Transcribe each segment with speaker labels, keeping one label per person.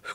Speaker 1: 不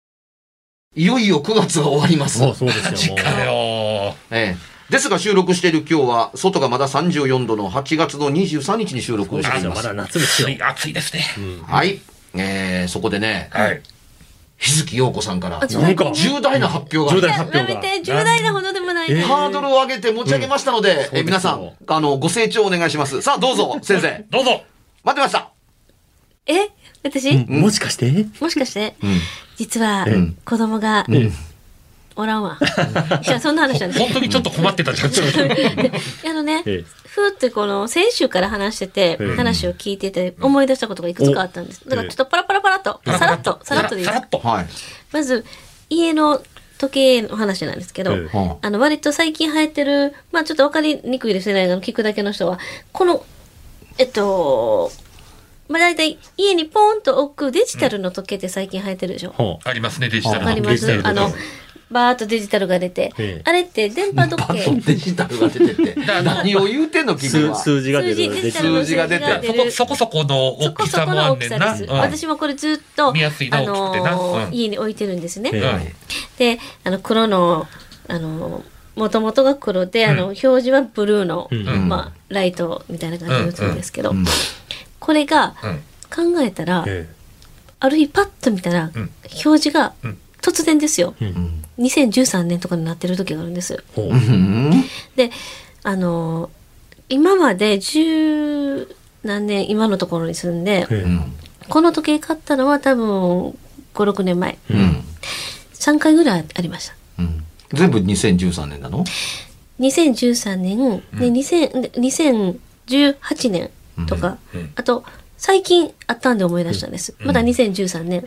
Speaker 2: いよいよ9月が終わります。
Speaker 3: もうそうですよ。もう
Speaker 1: よ
Speaker 2: ええですが収録している今日は、外がまだ34度の8月の23日に収録をしていま。
Speaker 3: ますだ夏ですよ。
Speaker 1: 暑いですね。
Speaker 2: はい。えー、そこでね、
Speaker 1: はい。
Speaker 2: 日月陽子さんから、
Speaker 4: ちょっと待
Speaker 3: って
Speaker 2: 重大な発表
Speaker 3: 重
Speaker 2: が、
Speaker 3: 大発表が。
Speaker 4: なほどでもない
Speaker 3: え
Speaker 2: ハードルを上げて持ち上げましたので、
Speaker 3: うん
Speaker 2: え皆さ
Speaker 3: そうで
Speaker 2: ん、あの、ご清聴お願いします。さあ、どうぞ、先 生。
Speaker 1: どうぞ
Speaker 2: 待ってました。
Speaker 4: え私、
Speaker 3: うんもしかして
Speaker 4: もしかして、
Speaker 2: ん
Speaker 4: 実は
Speaker 2: ん
Speaker 4: 子供がおらんわ、じゃあそんな話なんです
Speaker 1: 本当にちょっと困ってたじゃん。
Speaker 4: であのね、
Speaker 3: ええ
Speaker 4: ふーってこの先週から話してて、
Speaker 3: ええ
Speaker 4: 話を聞いてて思い出したことがいくつかあったんですだからちょっとパラパラパラっとさらっとさらっとでいいで
Speaker 1: さ
Speaker 4: す
Speaker 1: らっと。
Speaker 2: はい。
Speaker 4: まず家の時計の話なんですけど、
Speaker 3: ええ
Speaker 2: は
Speaker 4: あの割と最近流行ってる、まあちょっと分かりにくいですね、あの聞くだけの人は、この、えっと、まあ大体家にポンと置くデジタルの時計って最近流行ってるでしょ。わ、
Speaker 3: ほう。
Speaker 1: ありますね、デジタル
Speaker 4: か
Speaker 1: の。
Speaker 4: ります
Speaker 3: デジタ
Speaker 4: あ
Speaker 3: ルの
Speaker 4: の、バーッとデジタルが出て、
Speaker 3: ええ
Speaker 4: あれって電波時
Speaker 2: パッと
Speaker 4: 計、
Speaker 2: デジタルが出てて、何を言うてんの、君
Speaker 3: 数
Speaker 2: は。
Speaker 3: 数字が出
Speaker 4: 数字、
Speaker 3: る。
Speaker 4: デジタルの数字が出
Speaker 2: 数字が出
Speaker 1: そ
Speaker 4: て
Speaker 1: こ
Speaker 4: る。
Speaker 1: そこそこの
Speaker 4: そ
Speaker 1: 大
Speaker 4: こ
Speaker 1: き
Speaker 4: そ
Speaker 1: さ
Speaker 4: こ
Speaker 1: も
Speaker 4: の
Speaker 1: あん
Speaker 4: 大
Speaker 1: ね
Speaker 4: き
Speaker 1: ん
Speaker 4: さ
Speaker 1: な。
Speaker 4: です。
Speaker 1: うん
Speaker 4: 私もこれずっと、
Speaker 1: 見やすいな
Speaker 4: あ
Speaker 1: 大きくてな
Speaker 4: のー
Speaker 1: うん
Speaker 4: 家に置いてるんですね。
Speaker 3: ええ
Speaker 1: はい
Speaker 4: であの黒のあの元々が黒で、あの表示はブルーの、
Speaker 3: ん
Speaker 4: まあ、ライトみたいな感じのやつなんですけど、
Speaker 2: ん
Speaker 4: これが
Speaker 1: うん
Speaker 4: 考えたら、
Speaker 3: え
Speaker 4: ある日パッと見たら、
Speaker 1: ん
Speaker 4: 表示が
Speaker 1: うん
Speaker 4: 突然ですよ、
Speaker 3: えうん。
Speaker 4: 2013年とかになってる時があるんです。
Speaker 3: ほう。
Speaker 2: うん
Speaker 4: であの今まで十何年今のところに住んで、
Speaker 3: え
Speaker 4: この時計買ったのは多分56年前
Speaker 2: うん。
Speaker 4: 3回ぐらいありました。
Speaker 2: うん。全部2013年なの
Speaker 4: 2013年、で2000で2018年とか、あと最近あったんで思い出したんです、まだ2013年、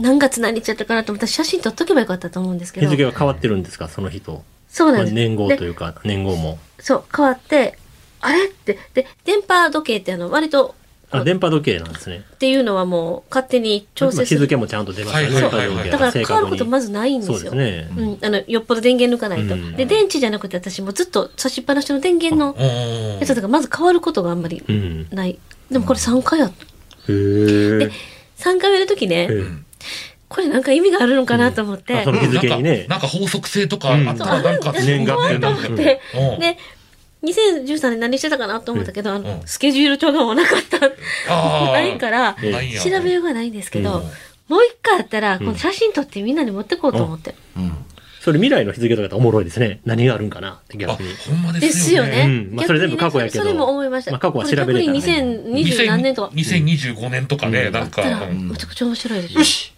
Speaker 4: 何月何日だったかなと思ったら写真撮っとけばよかったと思うんですけ
Speaker 3: 日
Speaker 4: ど
Speaker 3: 付が変わってるんですか、その日と。
Speaker 4: そうなん
Speaker 3: まあ
Speaker 4: です、
Speaker 3: 年号と
Speaker 4: で
Speaker 3: いうか、年号も。
Speaker 4: そう変わってあれってで電波時計ってあの割と
Speaker 3: あ、電波時計なんですね。
Speaker 4: っていうのはもう勝手に調
Speaker 3: 今
Speaker 4: 整す
Speaker 3: 日
Speaker 4: る
Speaker 3: 付もちゃんと出ました
Speaker 1: は
Speaker 3: ね、
Speaker 1: い
Speaker 3: 電
Speaker 1: はい
Speaker 3: 波
Speaker 1: はい
Speaker 3: 時計
Speaker 4: だから変わることま
Speaker 3: ず
Speaker 4: ずないんですよ
Speaker 3: そうですね。
Speaker 4: うん、あのよっぽど電源抜かないと、
Speaker 3: うん
Speaker 4: で電池じゃなくて私もうずっと差しっぱなしの電源の
Speaker 1: うん
Speaker 4: やつだからまず変わることがあんまり
Speaker 3: うん。
Speaker 4: ない。でもこれ3回や、
Speaker 3: へえ。
Speaker 4: 3回目の時ね、
Speaker 3: え
Speaker 4: これなんか意味があるのかなと思って、
Speaker 3: うんあその日付にね
Speaker 1: なんかなんか法則性とかあったらなんか。
Speaker 3: うん年月
Speaker 1: な
Speaker 3: 日の
Speaker 1: んか
Speaker 3: うん
Speaker 4: で、
Speaker 1: うん
Speaker 4: で、2013年何してたかなと思ったけど、あの
Speaker 1: う、ん
Speaker 4: スケジュール帳がもうなかった、
Speaker 1: あー
Speaker 4: ないから、
Speaker 3: え
Speaker 1: ないんや
Speaker 4: 調べようがないんですけど、
Speaker 1: うん
Speaker 4: もう一回あったら、この写真撮ってみんなに持ってこうと思って。
Speaker 3: それ未来の日付とかだとおもろいですね。何があるんかなって
Speaker 1: あ、
Speaker 3: 逆に。
Speaker 1: ほんま
Speaker 4: で
Speaker 1: ですす
Speaker 4: よ
Speaker 1: よ
Speaker 4: ね。
Speaker 1: ね。
Speaker 3: うんまあそれ全部過去やけど
Speaker 4: 逆にねそれも思いました。
Speaker 3: まあ過去は調べれたらね
Speaker 4: こ逆に2020何年とか。
Speaker 1: 2025年とかね、なん
Speaker 4: あっ
Speaker 1: か。
Speaker 4: たら、
Speaker 1: うん
Speaker 4: めちゃくちゃ面白いでしょ
Speaker 2: よ。し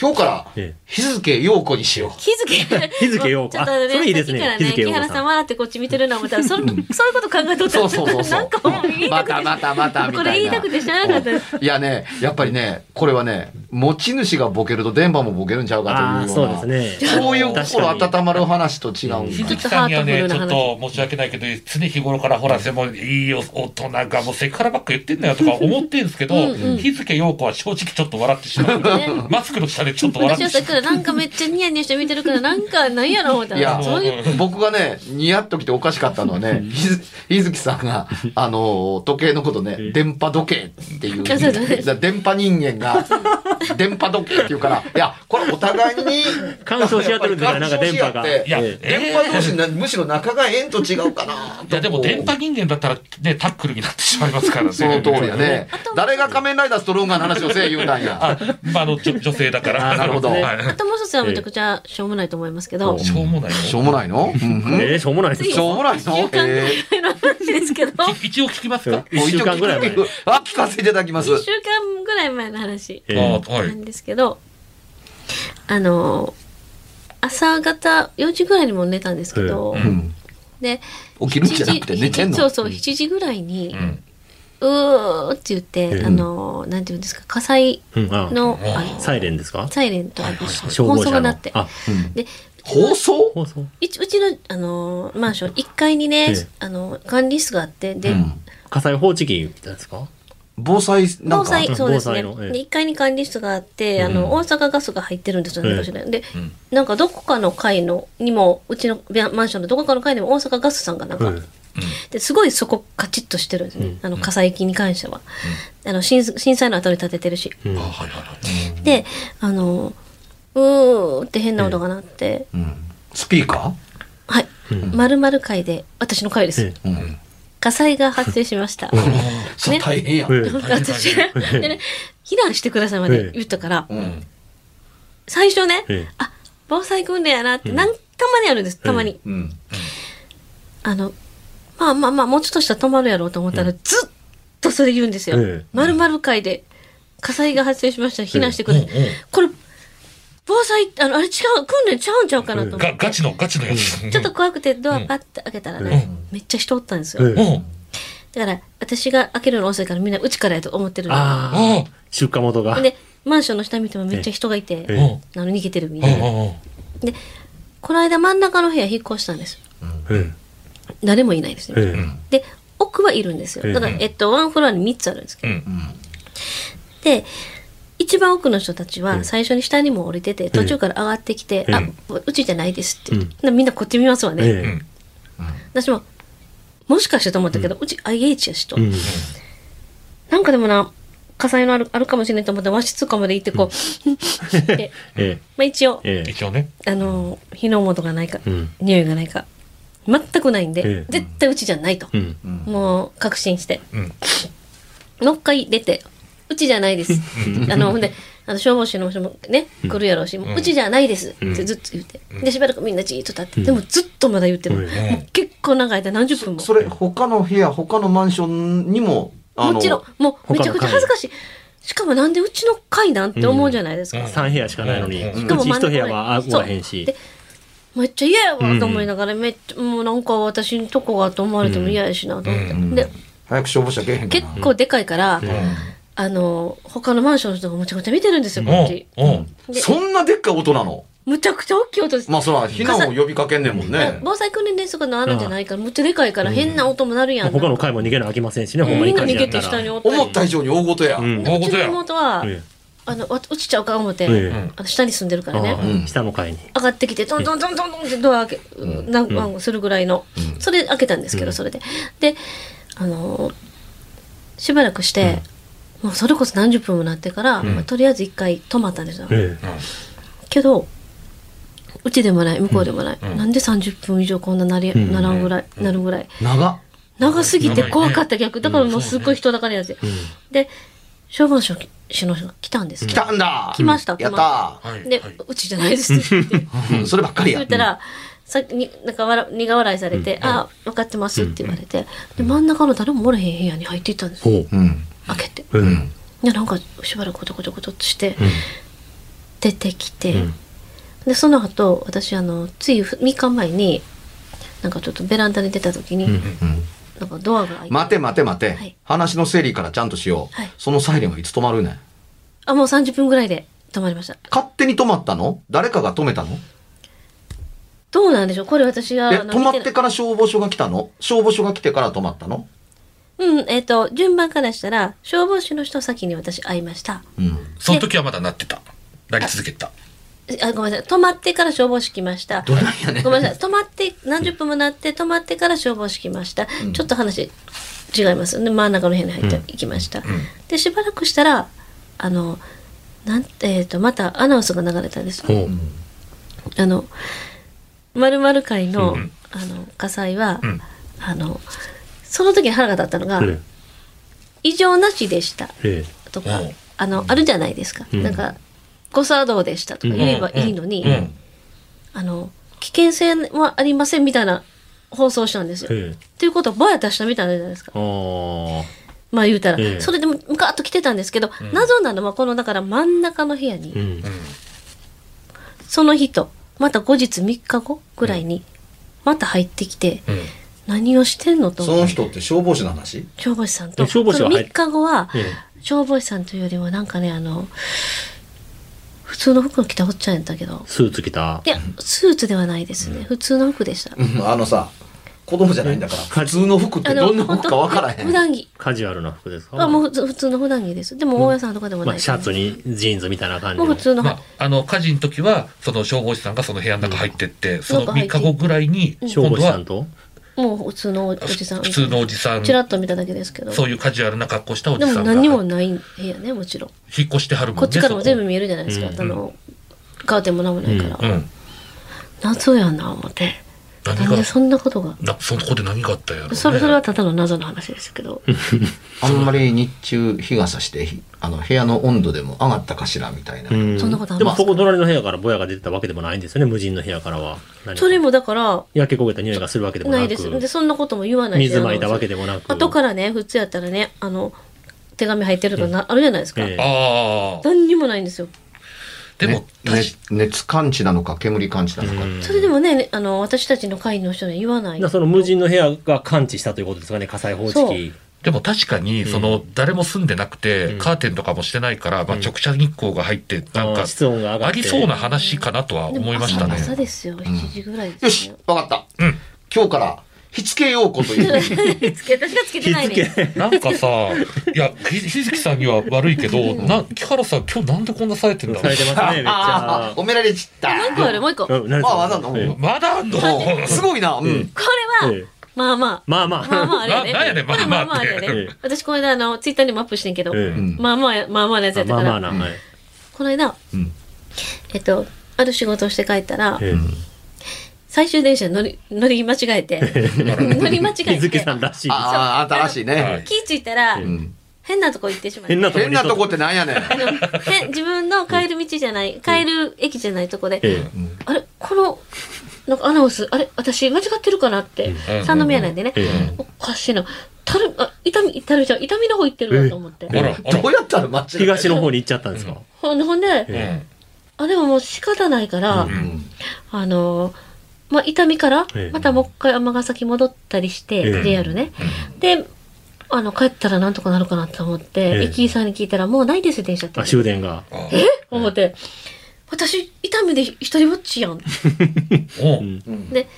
Speaker 2: 今日から
Speaker 3: ええ、
Speaker 2: 日付陽子にしよう。
Speaker 4: 日付
Speaker 3: 日付よ
Speaker 4: ちょっと
Speaker 3: あそれいいですね
Speaker 4: さっきから
Speaker 3: 日付よ
Speaker 4: 木原さん笑ってこっち見てるな思ったら、それそういうこと考えとった
Speaker 2: そうそうそうそう
Speaker 4: なんかもう言いた
Speaker 2: ま
Speaker 4: くて
Speaker 2: たまたまたみたいな。
Speaker 4: これ言いたくてしゃあなかったです。
Speaker 2: いやね、やっぱりね、これはね、持ち主がボケると電波もボケるんちゃうか
Speaker 3: ああ、
Speaker 2: というよ
Speaker 3: そうう
Speaker 2: な。
Speaker 3: ですね。
Speaker 2: そういう心
Speaker 3: 確か
Speaker 2: 温まる話と違うん
Speaker 1: 日
Speaker 2: だ。
Speaker 1: 月さんにはね、
Speaker 4: ち
Speaker 1: ち
Speaker 4: ょっと
Speaker 1: ょ
Speaker 4: ハートフルな話
Speaker 1: っと申し訳ないけど、常日頃からほら、でもいいよ大人がもうセクハラばっか言ってんだよとか思ってんすけど、
Speaker 4: うんうん
Speaker 1: 日付陽子は正直ちょっと笑ってしまう。マスクの下で俺ちょっと笑
Speaker 4: 私
Speaker 1: って
Speaker 4: は
Speaker 1: し
Speaker 4: さ
Speaker 1: ま
Speaker 4: っきからなんかめっちゃニヤニヤして見てるからなんかなんやろ思ったら
Speaker 2: いや
Speaker 4: そういう、
Speaker 2: 僕がね、ニヤっときておかしかったのはね、ひずひづきさんが、あのー、時計のことね、電波時計っていう。
Speaker 4: そうそうそう
Speaker 2: だ電波人間が、電波時計っていうから、いや、これお互いに、
Speaker 3: 干渉し合ってるんですよなんか電波が
Speaker 2: 干渉し合って
Speaker 1: いや
Speaker 3: え
Speaker 2: 電波同士な、むしろ仲が縁と違うかな
Speaker 1: う。いや、でも電波人間だったらね、タックルになってしまいますからね。
Speaker 2: その通りやね。誰が仮面ライダーストロンガーの話をせえ言うたんや。
Speaker 1: あ、まあ、あの、女女性だから。
Speaker 3: あなるほど
Speaker 1: はい
Speaker 4: あともう一つはめちゃくちゃしょうもないと思いますけ
Speaker 3: う
Speaker 4: ど
Speaker 3: ん
Speaker 1: しょうもないの。
Speaker 2: しょうもないの、うんうん
Speaker 3: えー、しょうもないです
Speaker 4: つい
Speaker 2: しょうもないの
Speaker 4: 一週間ぐ
Speaker 2: え
Speaker 4: らいの話ですけど、
Speaker 1: い一応聞きますか。
Speaker 3: 一週間ぐらい前
Speaker 2: もう一応聞くあ、聞かせていただきま す
Speaker 4: 一。週間ぐらい前の話
Speaker 3: え
Speaker 1: あ
Speaker 3: ー
Speaker 1: は。
Speaker 4: ないんですけど、あの朝方4時ぐらいにも寝たんですけど、
Speaker 2: うん
Speaker 4: で
Speaker 2: 起きるんじゃなくて寝てん
Speaker 4: そう
Speaker 2: の。
Speaker 4: そう7時ぐらいに
Speaker 1: うん。
Speaker 4: 「うー」って言って、
Speaker 3: うん
Speaker 4: あのなんていうんですか火災
Speaker 3: うんあ
Speaker 4: の,、
Speaker 1: うん
Speaker 4: あの
Speaker 3: サイレンですか
Speaker 4: サイレンとあの
Speaker 3: 消防
Speaker 4: 放
Speaker 3: 車
Speaker 4: 送
Speaker 3: の
Speaker 4: が鳴って
Speaker 3: あ、
Speaker 2: うん
Speaker 4: で
Speaker 2: 放送
Speaker 3: 放送
Speaker 4: うちうちの、あのマンション1階にね、
Speaker 3: ええ
Speaker 4: あの管理室があってで、
Speaker 2: うん
Speaker 3: 火災報知器みたいですか
Speaker 2: 防災なん
Speaker 4: 防
Speaker 2: か
Speaker 4: 災そうですね、
Speaker 3: 防災のええ
Speaker 4: で1階に管理室があってあの、大阪ガスが入ってるんですよね、
Speaker 3: ええ
Speaker 4: 場所でで、
Speaker 1: ん
Speaker 4: なんかどこかの階のにもうちのビャマンションのどこかの階でも大阪ガスさんがなんか、
Speaker 3: うん
Speaker 4: ですごいそこカチッとしてるんですね、
Speaker 3: うん
Speaker 4: あの火災機に関しては、あの震震災の後に建ててるし、
Speaker 1: あ、はいはいはい。
Speaker 4: であのうーって変な音が鳴って、
Speaker 2: うんスピーカ
Speaker 4: はい、まるまる会で私の会です、
Speaker 3: え
Speaker 2: ー、うん、
Speaker 4: 火災が発生しました、
Speaker 2: それ大変や、
Speaker 3: えー
Speaker 4: 私でね避難してくださいまで言ったから、
Speaker 2: うん
Speaker 4: 最初ね、
Speaker 3: ええ
Speaker 4: あ防災訓練やなって、なん、たまにあるんですたまに、
Speaker 2: うん、
Speaker 4: あのまあまあまあもうちょっとしたら止まるやろうと思ったら、ずっとそれ言うんですよ、
Speaker 3: ええ
Speaker 4: まるまる会で火災が発生しました避難してください、
Speaker 1: え
Speaker 4: これ防災あのあれ違う訓練ちゃうんちゃうかなと思って、
Speaker 1: が、ガチの、ガチのやつ。
Speaker 4: ちょっと怖くてドアパッて開けたらね、めっちゃ人おったんですよ、
Speaker 3: え
Speaker 1: う
Speaker 3: ー
Speaker 1: ん。
Speaker 4: だから私が開けるの遅いからみんなうちからやと思ってるの
Speaker 3: あー
Speaker 1: あ
Speaker 3: 出火元が。
Speaker 4: でマンションの下見てもめっちゃ人がいて、
Speaker 3: え
Speaker 1: あ。うん。
Speaker 4: あの逃げてるみ
Speaker 1: う
Speaker 4: たいな、
Speaker 1: ん。うん。
Speaker 4: でこの間真ん中の部屋引っ越したんです
Speaker 3: うん
Speaker 4: 誰もいないです
Speaker 3: え
Speaker 4: ね、
Speaker 3: ー
Speaker 4: で奥はいるんですよだから、
Speaker 1: うん
Speaker 4: えっと、ワンフロアに3つあるんですけど、
Speaker 1: うん
Speaker 4: で一番奥の人たちは最初に下にも降りてて途中から上がってきて「
Speaker 3: うん
Speaker 4: あうちじゃないです」って、なみんなこっち見ますわね、
Speaker 3: えー
Speaker 1: ん
Speaker 4: 私ももしかしてと思ったけど、うち IH やしと、
Speaker 3: うん
Speaker 4: なんかでもな火災のあるあるかもしれないと思って和室とかまで行ってこう、 で
Speaker 3: え
Speaker 4: まあ、一応
Speaker 3: ー えー
Speaker 1: 一応ね。
Speaker 4: あの火の元がないか、
Speaker 3: うん
Speaker 4: 匂いがないか全くないんで、
Speaker 3: ええ
Speaker 4: 絶対うちじゃないと、
Speaker 3: うん
Speaker 4: もう確信して、
Speaker 1: うん
Speaker 4: もう一回出て「うちじゃないです」あのほんであの消防士の人もね来るやろうし「もううちじゃないです」ってずっと言って、でしばらくみんなじーっと立って、でもずっとまだ言ってる、
Speaker 3: うん
Speaker 4: もう結構長い間何十分も。
Speaker 2: それ他の部屋他のマンションにも
Speaker 4: もちろんもうめちゃくちゃ恥ずかしいしかもなんでうちの階なんて思うじゃないですか、
Speaker 1: うん
Speaker 3: 三部屋しかないのに、う
Speaker 1: うん
Speaker 4: しかも
Speaker 3: ち
Speaker 4: 真ん
Speaker 3: 一
Speaker 4: 中
Speaker 3: 部屋はあ
Speaker 4: そう
Speaker 3: おらへんし
Speaker 4: で。めっちゃ嫌やわと思いながら、めっちゃもうなんか私のとこがと思われても嫌やしなと思って、で
Speaker 2: 早く消防車けえへんか
Speaker 4: 結
Speaker 2: な
Speaker 4: 構でかいから、
Speaker 1: う
Speaker 4: あの他のマンションの人がむちゃくちゃ見てるんですよ
Speaker 1: ん。
Speaker 4: こっち、
Speaker 1: うん。うん。
Speaker 4: で
Speaker 2: そんなでっかい音なの
Speaker 4: むちゃくちゃ大きい音です、
Speaker 2: まあそら避難を呼びかけんねんもんね
Speaker 4: 防災訓練ですとかのあるんじゃないからむっちゃでかいから変な音もなるやん、
Speaker 3: 他の階も逃げなあきませんしね、ほんま
Speaker 4: み
Speaker 3: に
Speaker 4: んな逃
Speaker 3: 火事
Speaker 4: げ
Speaker 3: やった
Speaker 4: て
Speaker 3: ら
Speaker 4: 下におったり
Speaker 2: 思った以上に大事や、
Speaker 3: うん
Speaker 4: でうちの
Speaker 1: 大事
Speaker 4: 妹は、
Speaker 3: え
Speaker 4: あのわ落ちちゃうか思って、
Speaker 3: えええ
Speaker 4: あの下に住んでるからね、
Speaker 3: ああ
Speaker 2: うん
Speaker 3: 下の階に。
Speaker 4: 上がってきてトントントントントンってドア開け、何番するぐらいの、それ開けたんですけど、それでであのーしばらくして、もうそれこそ何十分もなってから、まあとりあえず一回止まったんですよ、
Speaker 3: ええ
Speaker 4: けどうちでもない向こうでもない、なんで30分以上こんななり、ならんぐらい、なるぐらい
Speaker 2: 長っ
Speaker 4: 長すぎて怖かった逆だからもうすっごい人だかりなんですよ、で消防署の人が来たんです
Speaker 2: 来
Speaker 4: けど、
Speaker 2: たんだ
Speaker 4: 来ました
Speaker 2: やった
Speaker 1: はい。
Speaker 4: で、
Speaker 1: はいう
Speaker 4: ちじゃないですって言って。
Speaker 2: ー、うんそればっかりや
Speaker 4: 言ったら、さっきになんか笑苦笑いされて「あ分かってます」って言われて、で真ん中の誰もおらへん部屋に入っていったんですよ
Speaker 3: ほ
Speaker 2: うん
Speaker 4: 開けて
Speaker 3: う。うん。
Speaker 4: でなんかしばらくごとごとごとっとして、出てきて、でその後私あのつい3日前になんかちょっとベランダに出た時に、なんかドアが開いて
Speaker 2: 待て待て待て、
Speaker 4: はい
Speaker 2: 話の整理からちゃんとしよう、
Speaker 4: はい
Speaker 2: そのサイレンはいつ止まるねん
Speaker 4: あもう30分ぐらいで止まりました
Speaker 2: 勝手に止まったの誰かが止めたの
Speaker 4: どうなんでしょうこれ私が
Speaker 2: え
Speaker 4: あの
Speaker 2: 止まっ
Speaker 4: 見な
Speaker 2: てから消防署が来たの消防署が来てから止まったの
Speaker 4: うんえっ、と順番からしたら消防士の人先に私会いました
Speaker 2: うん
Speaker 1: その時はまだなってた。なり続けた。
Speaker 4: あごめんなさい止まってから消防士来ました
Speaker 2: どないやねん
Speaker 4: ごめんなさい止まって何十分もなって止まってから消防士来ました、ちょっと話違いますで真ん中の部屋に入って行きました、でしばらくしたらあのなんえー、とまたアナウンスが流れたんです
Speaker 3: ほう
Speaker 4: あの〇〇会の,、あの火災は、
Speaker 1: ん
Speaker 4: あのその時に腹が立ったのが、
Speaker 3: え
Speaker 4: 異常なしでした
Speaker 3: ええ
Speaker 4: とか、
Speaker 1: うん
Speaker 4: あのあるじゃないですか、
Speaker 3: ん
Speaker 4: なんか誤作動でしたとか言えばいいのに、
Speaker 1: うん。
Speaker 4: あの危険性はありませんみたいな放送したんですよ。
Speaker 3: えええ
Speaker 4: ということはぼや出したみたいなんじゃないですか。
Speaker 3: あー
Speaker 4: まあ言うたら、
Speaker 3: ええ
Speaker 4: それでもムカッと来てたんですけど、謎なのはこのだから真ん中の部屋に、
Speaker 3: うん
Speaker 4: その人また後日3日後ぐらいにまた入ってきて、
Speaker 1: ん
Speaker 4: 何をしてんのと
Speaker 5: その人って消防士の話
Speaker 4: 消防士さんと
Speaker 3: 消防士は
Speaker 4: その
Speaker 3: 入っ
Speaker 4: 3日後は、
Speaker 3: ええ
Speaker 4: 消防士さんというよりもなんかねあの普通の服の着たおっちゃんやったけど
Speaker 3: スーツ着た
Speaker 4: いやスーツではないですね、普通の服でした。
Speaker 5: うんあのさ、子供じゃないんだから。
Speaker 2: 普通の服ってどんな服かわからへ
Speaker 4: 普
Speaker 2: ん。
Speaker 4: 段着
Speaker 3: カジュアルな服ですか
Speaker 4: はもう普通普通の普段着です。でも大家さんとかでもない、
Speaker 3: まあ、シャツにジーンズみたいな感じ
Speaker 4: もう
Speaker 3: の
Speaker 4: 普通の、
Speaker 1: まあ、あの、火事の時は、その消防士さんがその部屋の中入ってって、その3日後ぐらいに、
Speaker 3: 消
Speaker 1: 今度
Speaker 3: 防士さ
Speaker 1: は
Speaker 3: んと
Speaker 4: もう普通のお
Speaker 1: ふ
Speaker 4: じさん。
Speaker 1: 普通のおじさん
Speaker 4: ち、らっと見ただけですけど。
Speaker 1: そういうカジュアルな格好したおじ
Speaker 4: で
Speaker 1: さん
Speaker 4: も
Speaker 1: が。
Speaker 4: 何にもない部屋ね、もちろん。
Speaker 1: 引っ越してはるもん
Speaker 4: こっちからも全部
Speaker 1: そ
Speaker 4: 見えるじゃないですか。あの、カーテンも何もないから。
Speaker 1: こうん。
Speaker 4: 謎やな、思って。
Speaker 1: 何
Speaker 4: な
Speaker 1: が
Speaker 4: んでそんなことが。
Speaker 1: な、そこで何があったんやろうね。
Speaker 4: それそれはただの謎の話ですけど。
Speaker 2: あんまり日中日が差して、あの部屋の温度でも上がったかしらみたいな。
Speaker 3: うん
Speaker 4: そんなことあ
Speaker 3: で
Speaker 4: り
Speaker 3: も
Speaker 4: ます
Speaker 3: そこ隣の部屋からぼやが出てたわけでもないんですよね無人の部屋からは何か
Speaker 4: それもだから、
Speaker 3: 焼け焦げた匂いがするわけでもなく
Speaker 4: ないです。で、そんなことも言わないし
Speaker 3: 水まいたわけでもなく
Speaker 4: 後からね、普通やったらね、あの、手紙入ってるとかな、あるじゃないですか。
Speaker 3: ええ
Speaker 1: ああ。
Speaker 4: 何にもないんですよ。
Speaker 1: でも
Speaker 2: ね、熱熱感知なのか煙感知なのか、
Speaker 4: それでもね、あの、私たちの会員の人には言わない。
Speaker 3: なその無人の部屋が感知したということですかね火災報知
Speaker 4: そう
Speaker 3: 器
Speaker 1: でも確かに、その、誰も住んでなくて、カーテンとかもしてないから、まあ直射日光が入って、なん
Speaker 3: あー
Speaker 1: か、
Speaker 3: 室温が上がって
Speaker 1: ありそうな話かなとは
Speaker 4: でも
Speaker 1: 思いましたね。
Speaker 4: 朝朝ですよ、7時ぐらいです
Speaker 2: よし
Speaker 4: よ。
Speaker 2: わかった、今日から火付けようこという
Speaker 4: つけ私がつけてないね。
Speaker 1: なんかさ、いや、ひひじきさんには悪いけど、な、木原さん今日なんでこんなされてんだ
Speaker 3: されてますねめっち
Speaker 2: あ
Speaker 3: ゃ
Speaker 2: あ褒められちった
Speaker 4: もう一個ある、もう一個。これ
Speaker 3: うん何です
Speaker 2: ま
Speaker 3: か
Speaker 2: あわざと
Speaker 3: ええ
Speaker 1: まだあんの
Speaker 2: おすごいな、うん
Speaker 4: は、
Speaker 3: ええ
Speaker 4: まあまあ。
Speaker 3: まあまあ
Speaker 4: まあまああれやね。
Speaker 1: ななんやねん
Speaker 4: これ
Speaker 1: ま
Speaker 4: ま
Speaker 1: あ
Speaker 4: あま
Speaker 1: まあ
Speaker 4: あ
Speaker 1: っ
Speaker 4: あ
Speaker 1: て
Speaker 4: れやね。
Speaker 3: ええ
Speaker 4: 私この間、あの、ツイッターにもアップしてんけど、
Speaker 3: ええ
Speaker 2: ん
Speaker 4: まあまあ、まあまあなやつやった
Speaker 3: ま
Speaker 4: か
Speaker 3: あ
Speaker 4: ら、
Speaker 3: まあな、はい、
Speaker 4: この間、
Speaker 2: ん
Speaker 4: えっと、ある仕事をして帰ったら、
Speaker 3: ええ
Speaker 4: 最終電車に乗り、乗り間違え て、乗り間違
Speaker 3: 日
Speaker 4: え
Speaker 3: 付
Speaker 4: て、
Speaker 3: さんらしいです
Speaker 2: ああ新しいね、
Speaker 1: はい
Speaker 4: 気付いたら、
Speaker 2: ん
Speaker 4: 変なとこ行ってしまって。
Speaker 3: 変なとこ
Speaker 2: 変
Speaker 3: に
Speaker 2: なとこってなんやねん
Speaker 4: あのへ自分の帰る道じゃない、帰る駅じゃないとこで、
Speaker 3: え
Speaker 4: あれこの、なんかアナウンス、あれ私間違ってるかなって、
Speaker 1: ん
Speaker 4: 三宮なんでね、
Speaker 3: え
Speaker 4: おかしいな。たる、あ、痛み、痛みじゃん、痛みの方行ってるなと思って。
Speaker 1: あら、あ
Speaker 2: どうやったら間違え
Speaker 3: 東の方に行っちゃったんですか、
Speaker 4: ほんほんで、
Speaker 1: ら。うん
Speaker 4: あ、でももう仕方ないから、あのー、まあ、痛みから
Speaker 3: ええ、
Speaker 4: またもう一回尼崎戻ったりして、
Speaker 3: ええ
Speaker 4: JR ね。で、あの、帰ったらなんとかなるかなと思って、
Speaker 3: ええ
Speaker 4: 駅員さんに聞いたら、もうないですよ、電車って
Speaker 3: あ。終電が
Speaker 1: あ
Speaker 4: 思って、私、痛みで一人ぼっちやん。
Speaker 1: お
Speaker 4: で、いや、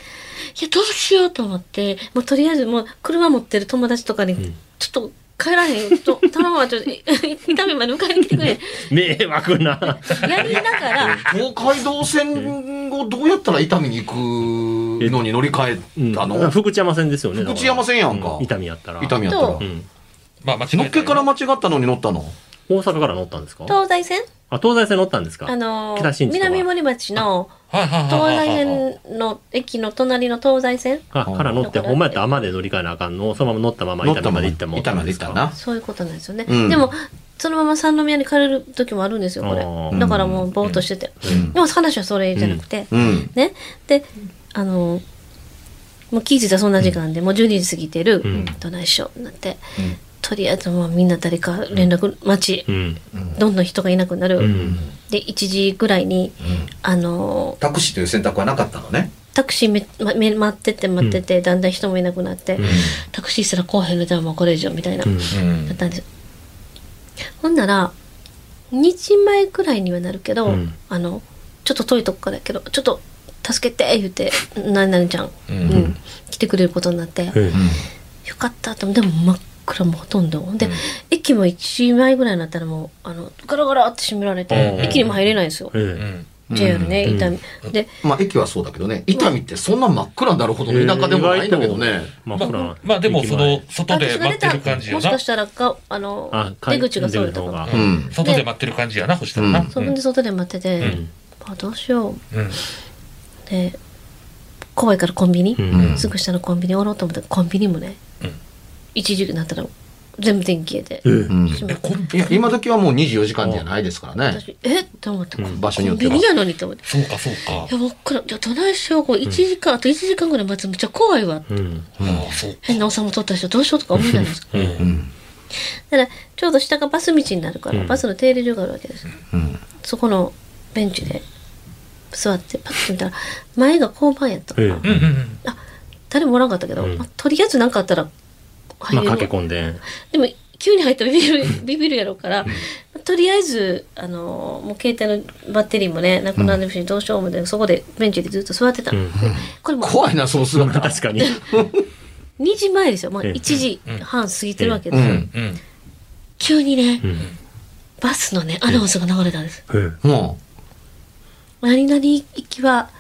Speaker 4: どうしようと思って、もうとりあえずもう車持ってる友達とかに、ちょっと帰らへんよ、 ちょっと頼むわ、ちょっと、 痛みまで迎えに来てくれ。
Speaker 3: 迷惑な
Speaker 4: やりながら、
Speaker 2: 東海道線をどうやったら伊丹に行くのに乗り換えたの、
Speaker 3: うん福知山線ですよねだから
Speaker 2: 福知山線やんか
Speaker 3: う伊丹やったら
Speaker 2: 伊丹やったら、
Speaker 4: と
Speaker 3: うん
Speaker 1: まあ、間違えた
Speaker 2: のっけから間違ったのに乗ったの
Speaker 3: 大阪から乗ったんですか
Speaker 4: 東西線
Speaker 3: あ東西線乗ったんですか
Speaker 4: あのー
Speaker 3: 北新地とは
Speaker 4: 南森町の
Speaker 1: はいはいはい
Speaker 4: 東
Speaker 1: はいはい
Speaker 4: 西線の駅の隣の東西線
Speaker 3: あから乗って
Speaker 4: うん
Speaker 3: ほんまやったら天で乗り換えなあかんのをそのまま乗ったまま
Speaker 2: 乗っ
Speaker 3: 伊
Speaker 2: た
Speaker 3: 丹ま
Speaker 2: まま
Speaker 3: で
Speaker 2: 伊
Speaker 3: 行ったもん
Speaker 2: 丹まで行ったな
Speaker 4: そういうことなんですよね。
Speaker 2: うん
Speaker 4: でも、そのまま三宮に帰れる時もあるんですよ、こ
Speaker 3: あ
Speaker 4: れ。
Speaker 3: ー
Speaker 4: だからもうぼーっとしてて。でも話はそれじゃなくて、
Speaker 2: うん
Speaker 4: ね、であのもう気づいたらそんな時間で、もう12時過ぎてる、どないしようになって、とりあえずもうみんな誰か連絡待ち、
Speaker 3: うん
Speaker 4: どんどん人がいなくなる、
Speaker 3: うん
Speaker 4: で1時ぐらいに、あの
Speaker 5: タクシーという選択はなかったのね。
Speaker 4: タクシーめ、ま、め待ってて待ってて、だんだん人もいなくなって、タクシーしたら来おへんのじゃあもうこれ以上みたいな、
Speaker 3: うん
Speaker 1: うん
Speaker 4: だったんですよほんなら2時前くらいにはなるけど、
Speaker 3: うん
Speaker 4: あのちょっと遠いとこからやけどちょっと助けて言うて何々ちゃん、うん来てくれることになって、
Speaker 3: ええ
Speaker 4: よかったと思ってでも真っからもうほとんどで、駅も1枚ぐらいになったらもうあのガラガラって閉められて、
Speaker 1: うん
Speaker 4: 駅にも入れないんですよ、
Speaker 1: う
Speaker 3: え
Speaker 1: ん
Speaker 4: JR ね伊丹、で
Speaker 2: まあ駅はそうだけどね伊丹ってそんな真っ暗になるほどの田舎でもないんだけどね、
Speaker 3: え。まあ、
Speaker 1: ま
Speaker 3: ほら
Speaker 1: あ、まあでも
Speaker 3: 駅
Speaker 1: そ
Speaker 3: 前
Speaker 1: の外で待ってる感じや
Speaker 4: もし
Speaker 1: な
Speaker 4: かしたらかあの
Speaker 3: あか
Speaker 4: 出口がそうだったか
Speaker 3: 出口の
Speaker 4: も
Speaker 3: 方が
Speaker 2: うん
Speaker 1: 外で待ってる感じやなそしたらな、
Speaker 2: う
Speaker 4: そんで外で待ってて、
Speaker 1: うん
Speaker 4: まあ、どうしよう
Speaker 1: うん
Speaker 4: で怖いからコンビニ、
Speaker 3: うん
Speaker 4: すぐ下のコンビニおろうと思ったらコンビニもね、
Speaker 1: うん
Speaker 4: 一時期になったら全部電気消えて、
Speaker 3: え
Speaker 2: うん
Speaker 4: しま
Speaker 1: え
Speaker 4: っ
Speaker 1: コン
Speaker 2: い
Speaker 1: ビ
Speaker 2: や今時はもう24時間じゃないですからね
Speaker 4: 私えっと思って、
Speaker 2: 場所によっては
Speaker 4: コンビニやのにと思って
Speaker 1: そうかそうか
Speaker 4: いやもうこれじゃあどないしようこれ1時間、あと1時間ぐらい待つのめっちゃ怖いわ、
Speaker 3: え。うん。
Speaker 1: ああそう
Speaker 4: 変なおさも取った人どうしようとか思うじゃないですか
Speaker 2: うん
Speaker 4: だからちょうど下がバス道になるから、
Speaker 3: うん
Speaker 4: バスの手入れ所があるわけですよ
Speaker 2: うん
Speaker 4: そこのベンチで座ってパッと見たら前が交番やったから、
Speaker 3: ええ
Speaker 1: うんうんうん
Speaker 4: 誰もおらんかったけど、
Speaker 3: うん
Speaker 4: まあとりあえず何かあったら入
Speaker 3: まあ、
Speaker 4: れるわ
Speaker 3: 駆け込んで。
Speaker 4: でも急に入ったらビビるビビるやろうから、とりあえずあのもう携帯のバッテリーもねなくなるし、どうしようもでそこでベンチでずっと座ってた、
Speaker 3: うん。
Speaker 4: これもう
Speaker 2: 怖いなその姿
Speaker 3: 確かに。
Speaker 4: 2時前ですよ、まあ、
Speaker 3: ええ
Speaker 4: 1時半過ぎてるわけで
Speaker 2: う
Speaker 4: すよ、
Speaker 2: ん
Speaker 1: うん
Speaker 4: 急にね、
Speaker 3: うん。
Speaker 4: バスのねアナウンスが流れたんです、
Speaker 3: え
Speaker 2: も
Speaker 4: 何々行きは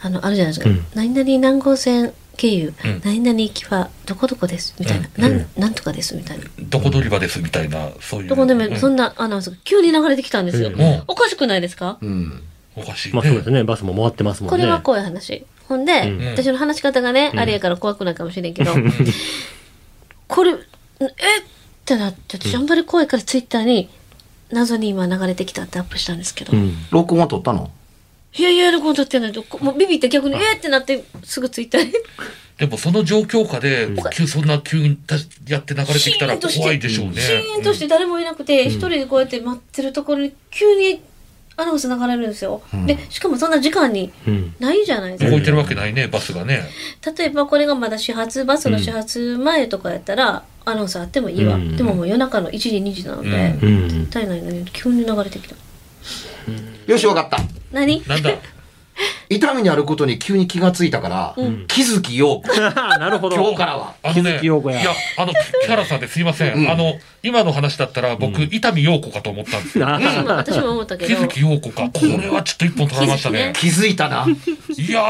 Speaker 4: あのあるじゃないですか、
Speaker 3: うん
Speaker 4: 何々南郷線経由、
Speaker 1: うん
Speaker 4: 何々行きはどこどこですみたいな、
Speaker 3: ん
Speaker 4: なん
Speaker 3: うん
Speaker 4: なんとかですみたいな、
Speaker 1: どこ乗り場ですみたいなそういう
Speaker 4: どこでも、
Speaker 1: うん
Speaker 4: そんなアナウンスが急に流れてきたんですよ、
Speaker 3: うん
Speaker 4: おかしくないですか、
Speaker 2: う、うん、
Speaker 1: おかしいね
Speaker 3: まあ、そうですね。バスも回ってますもん
Speaker 4: こ
Speaker 3: ね。
Speaker 4: れは怖い話ほんで、
Speaker 3: うん
Speaker 4: 私の話し方がね、あれやから怖くないかもしれんけど、これえってなって私あんまり怖いからツイッターに謎に今流れてきたってアップしたんですけど、
Speaker 3: うん。
Speaker 2: 録音は撮ったの
Speaker 4: いやいや録音撮ってないとこもうビビって逆にえってなってすぐツイッターに
Speaker 1: でもその状況下で、急そんな急にたやって流れてきたら怖いでしょうね。
Speaker 4: シーンとして誰もいなくて一、人でこうやって待ってるところに急にアナウンス流れるんですよ、でしかもそんな時間に
Speaker 3: うん。
Speaker 4: ないじゃないです
Speaker 1: う
Speaker 4: か
Speaker 1: ん動いてるわけないね、バスがね。
Speaker 4: 例えばこれがまだ始発バスの始発前とかやったら、アナウンスあってもいいわ、
Speaker 3: うん
Speaker 4: でももう夜中の1時2時なので、
Speaker 1: うん
Speaker 3: うん
Speaker 4: 絶。対ないのに急に流れてきた
Speaker 2: よしわかった
Speaker 4: 何
Speaker 1: なんだ、
Speaker 2: 痛みにあることに急に気がついたから、気づきよう
Speaker 3: なるほど。
Speaker 2: 今日からは
Speaker 1: あのね、
Speaker 3: 木
Speaker 1: い
Speaker 3: 陽子や
Speaker 1: や、あの、木原さんですいません。あの、今の話だったら僕、伊丹陽子かと思ったんですよ。
Speaker 3: あ
Speaker 4: まあ 私も思ったけ
Speaker 1: 木
Speaker 4: ど
Speaker 1: 月陽子か。これはちょっと一本取られましたね。
Speaker 2: 気づいた な
Speaker 1: いや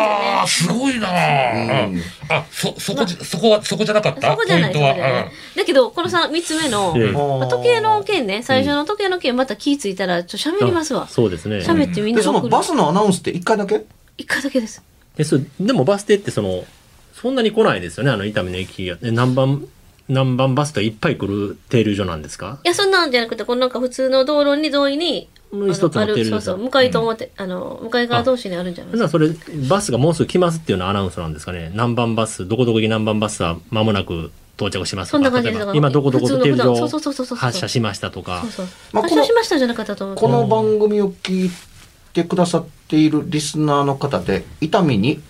Speaker 1: ー、すごいなー、
Speaker 2: うん
Speaker 1: あ、そ、そこじ、そこは、そこじゃなかった
Speaker 4: そこじゃない
Speaker 1: ポ
Speaker 4: そ
Speaker 1: イン
Speaker 4: こじ
Speaker 1: トは。
Speaker 4: ゃない、だけどこのさ3つ目の、
Speaker 3: ええ
Speaker 4: まあ時計の件ね最初の時計の件また気ぃついたらちょっと喋りますわ
Speaker 3: そうですね。
Speaker 4: 喋ってみんな
Speaker 2: でそ
Speaker 4: が来
Speaker 2: の
Speaker 4: る
Speaker 2: バスのアナウンスって一回だけ
Speaker 4: 一回だけです
Speaker 3: え、そう、でもバス停ってその、そんなに来ないですよね、あの、伊丹の駅が。え何番、何番バスといっぱい来る停留所なんですか
Speaker 4: いやそんなんじゃなくてこのなんか普通の道路に沿いにあ
Speaker 3: もう一つ
Speaker 4: の
Speaker 3: の
Speaker 4: あ
Speaker 3: 停留
Speaker 4: る
Speaker 3: 所
Speaker 4: そうそう向かいと思って、あの向かい側同士にあるんじゃない
Speaker 3: じゃあそれ、バスがもうすぐ来ますっていうのはアナウンスなんですかね。何番バス、どこどこ行き何番バスは間もなく到着します
Speaker 4: そん
Speaker 3: と
Speaker 4: な感
Speaker 3: か。
Speaker 4: じ
Speaker 3: 例えば
Speaker 4: だから
Speaker 3: 今どこどこの停留
Speaker 4: 普通の普段そうそうそう
Speaker 3: 所
Speaker 4: そうそう
Speaker 3: 発車しましたとか
Speaker 4: そう。そう。
Speaker 2: まあ
Speaker 4: 発車
Speaker 2: この
Speaker 4: しましたじゃなかったと思うけど
Speaker 2: この番組を聞いてくださっているリスナーの方で伊丹に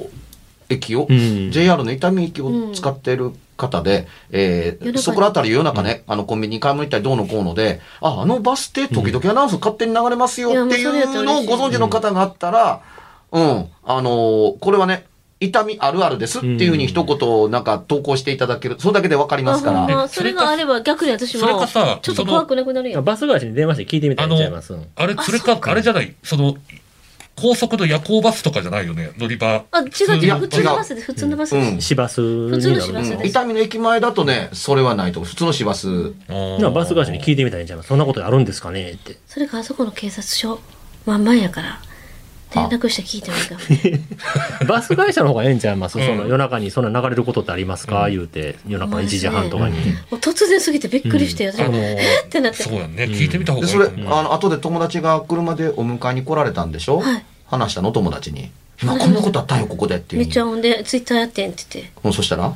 Speaker 2: 駅を、
Speaker 3: うん
Speaker 2: JR の伊丹駅を使っている方で、えー
Speaker 4: 夜中に
Speaker 2: そこら辺り夜中ね、あのコンビニに買い物行ったりどうのこうのでああのバス停時々アナウンス勝手に流れますよってい
Speaker 4: いやもうそれやったら
Speaker 2: うの
Speaker 4: 嬉
Speaker 2: を
Speaker 4: しい
Speaker 2: ご存知の方があったら、うん、あのーこれはね痛みあるあるですっていうふうに一言なんか投稿していただける、それだけでわかりますか
Speaker 4: あほん
Speaker 2: ら。
Speaker 4: まそれがあれば逆に私も
Speaker 1: それかさ
Speaker 4: ちょっと怖くなくなるやん
Speaker 3: バス会社に電話して聞いてみた
Speaker 1: あ
Speaker 3: らいいん
Speaker 1: の
Speaker 3: ちゃいます。うん、
Speaker 1: あれ、それか、あれじゃない、その、高速の夜行バスとかじゃないよね、乗り場。
Speaker 4: あ違う違う普
Speaker 1: 普
Speaker 4: 通
Speaker 1: 通
Speaker 4: の
Speaker 1: の
Speaker 4: バスです普通のバス
Speaker 2: う
Speaker 4: です、
Speaker 2: ん
Speaker 3: 市バスにな
Speaker 4: 普通の市
Speaker 3: る
Speaker 4: バスで
Speaker 2: 伊丹の駅前だとね、それはないと思う。普通の市バス。
Speaker 1: あ
Speaker 3: な
Speaker 1: ー
Speaker 3: バス会社に聞いてみたらいいんちゃいます。そんなことあるんですかねって。
Speaker 4: それかあそこの警察署まんまやから連絡して聞いてもいいか も
Speaker 3: バス会社の方がええんちゃいます。
Speaker 1: うん
Speaker 3: その夜中にそんな流れることってありますか、言うて、夜中の1時半とかに。
Speaker 4: もう突然すぎてびっくりして、私
Speaker 3: あ
Speaker 4: も
Speaker 3: の
Speaker 4: えってなって
Speaker 1: そうやんね、聞いてみた方が
Speaker 2: で
Speaker 1: いい
Speaker 2: そ
Speaker 1: か
Speaker 2: れ、
Speaker 1: も
Speaker 2: あの後で友達が車でお迎えに来られたんでしょ、
Speaker 4: はい
Speaker 2: 話したの友達に「今こんなことあったんよここで」っていう
Speaker 4: めっちゃ
Speaker 2: う
Speaker 4: ほんでツイッターやってんって言っ
Speaker 2: んそしたら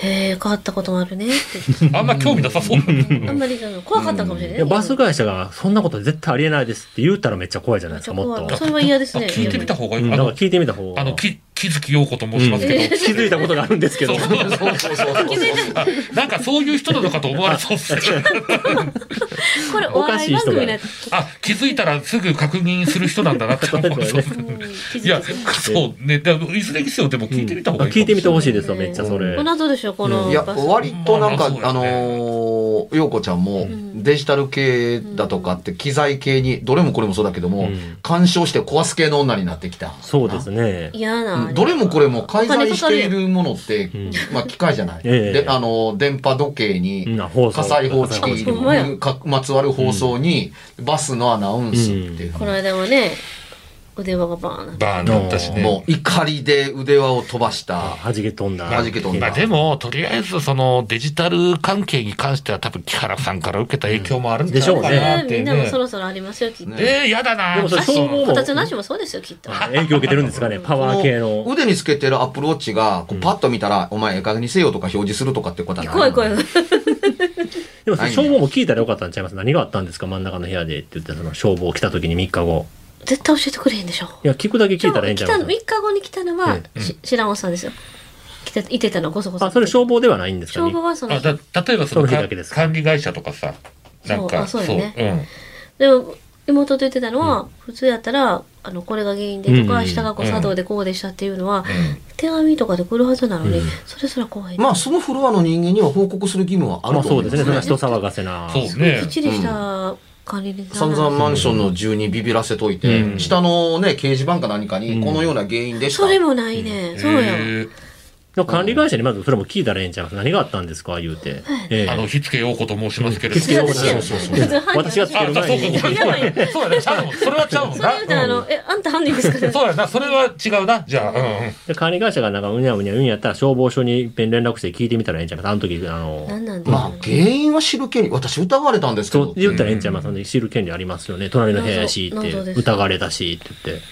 Speaker 4: てへえ変わったこともあるねって
Speaker 1: あんま興味なさそうだね
Speaker 4: 言 ってあんまりその怖かったかもしれない,、
Speaker 3: いやバス会社がそんなこと絶対ありえないですって言うたらめっちゃ怖いじゃな
Speaker 4: めっ
Speaker 3: いです
Speaker 4: ちゃ
Speaker 3: か、もっ
Speaker 4: 怖
Speaker 3: と
Speaker 4: い。それは嫌ですね
Speaker 1: あ聞いてみた方がいい。
Speaker 3: うん、
Speaker 1: あ
Speaker 3: だから
Speaker 1: の、
Speaker 3: 聞いてみた方が。
Speaker 1: あの、き、木月陽子と申しますけど、
Speaker 3: 気づいた ことがあるんですけど
Speaker 1: そう。そうそうそうあなんかそういう人なのかと思われそうっすね
Speaker 4: これお笑い番組なって
Speaker 1: あ気づいたらすぐ確認する人なんだなって思われそうっすね
Speaker 4: 気づい
Speaker 1: いや
Speaker 4: てしまう
Speaker 1: そうねだからいずれにせよでも聞いてみた方がいいかもしれない、
Speaker 3: 聞いてみてほしいですよ、めっちゃそれ
Speaker 4: こ。の後でしょこの
Speaker 2: いや、
Speaker 4: バス
Speaker 2: 割となんか、
Speaker 1: まあまあ
Speaker 2: あ
Speaker 1: そうですね
Speaker 2: のー、陽子ちゃんも
Speaker 4: ん
Speaker 2: デジタル系だとかって、機材系に、どれもこれもそうだけども、
Speaker 3: ん
Speaker 2: 干渉して壊す系の女になってきた。
Speaker 3: そうですね。
Speaker 4: 嫌
Speaker 2: う
Speaker 4: なん
Speaker 2: どれもこれも介
Speaker 4: お金
Speaker 2: 在
Speaker 4: かか
Speaker 2: し
Speaker 4: る
Speaker 2: ているものって、まあ機械じゃない。
Speaker 3: ええ
Speaker 2: で、あのー、電波時計に、
Speaker 3: うん放送
Speaker 2: 火災報知器
Speaker 4: あほんまや
Speaker 2: にかまつわる放送に、バスのアナウンスっていう
Speaker 4: この間もね腕輪がバーンなって
Speaker 1: バーンだったしね
Speaker 2: もう怒りで腕輪を飛ばした。
Speaker 3: 弾け飛んだ。
Speaker 2: 弾け飛ん
Speaker 1: まあ
Speaker 2: だ
Speaker 1: でも、とりあえずそのデジタル関係に関しては多分木原さんから受けた影響もあるんじゃないかなっ
Speaker 4: ね
Speaker 1: て
Speaker 4: みんなもそ
Speaker 1: ね。
Speaker 4: ろそろありますよきっと
Speaker 2: ね
Speaker 1: えー、やだな
Speaker 3: でもそれ総合も
Speaker 4: こたつなしもそうですよきっと
Speaker 3: 影響受けてるんですかね、パワー系の。
Speaker 2: 腕につけてるアップルウォッチが、こうパッと見たら、お前、ええ加減にせよとか表示するとかってことはない。
Speaker 4: 怖い怖い怖い
Speaker 3: でもその消防も聞いたらよかったんちゃいます何があったんですか真ん中の部屋でって言って、その消防来た時に3日後。
Speaker 4: 絶対教えてくれへんでしょ
Speaker 3: いや、聞くだけ聞いたらええんちゃい
Speaker 4: 3
Speaker 3: ます
Speaker 4: 日後に来たのは
Speaker 3: え
Speaker 4: し知らんおっさんですよ来ていてたのこそこそ
Speaker 3: あ、それ消防ではないんですか
Speaker 4: 消
Speaker 3: ね
Speaker 4: 防はその
Speaker 1: あ
Speaker 4: 日
Speaker 1: だ例えばその
Speaker 3: その日
Speaker 1: か
Speaker 3: だけですか
Speaker 1: 管理会社とかさ、なんか、
Speaker 4: そうあそうやね
Speaker 1: うん
Speaker 4: でも妹と言ってたのは、普通やったらあのこれが原因でとか、
Speaker 3: うん
Speaker 4: 下がこう作動でこうでしたっていうのは、
Speaker 1: ん
Speaker 4: 手紙とかで来るはずなのに、
Speaker 3: うん
Speaker 4: それすら怖い、
Speaker 2: まあ、そのフロアの人間には報告する義務はあ
Speaker 3: ま
Speaker 2: る
Speaker 3: あ
Speaker 2: と
Speaker 3: そ
Speaker 2: 思
Speaker 3: う
Speaker 2: い
Speaker 3: でね。
Speaker 2: ますす
Speaker 3: そん
Speaker 2: ね
Speaker 3: な。人騒がせな。
Speaker 1: そうね
Speaker 4: きっ。ちりした管理人
Speaker 2: 散々マンションの住人ビビらせといて、
Speaker 3: うん
Speaker 2: 下のね、掲示板か何かに、このような原因でした。
Speaker 4: それもないね、そうやわ、
Speaker 1: えー
Speaker 3: 管理会社にまずそれも聞いたらええんちゃいます何があったんですか言うて。え
Speaker 1: あの、火付け陽子と申しますけれ
Speaker 3: 気
Speaker 1: ど
Speaker 3: 付けよう
Speaker 1: も。
Speaker 3: として
Speaker 4: そう
Speaker 3: る
Speaker 4: そうそう
Speaker 3: 私がつける前に。
Speaker 1: あそうそうそうそうやね、ちゃうもんそれはちゃうもん
Speaker 4: それ言うたらあの、
Speaker 1: な。
Speaker 4: えあんた犯人ですか
Speaker 1: うん
Speaker 4: ね
Speaker 1: そうやな、それは違うな、じゃあ、うんうん。
Speaker 3: で管理会社がなんかうにゃうにゃうにゃやったら消防署に一遍連絡して聞いてみたらええんちゃいますあの時、あの、
Speaker 4: 何なんだ
Speaker 2: まあ、原因は知る権利。私、疑われたんですけ
Speaker 3: そう
Speaker 2: ど。
Speaker 3: 言ったらええんちゃいますので知る権利ありますよね。隣の部屋やしっ
Speaker 4: 謎
Speaker 3: て
Speaker 4: 謎です
Speaker 3: 疑われたしって言って。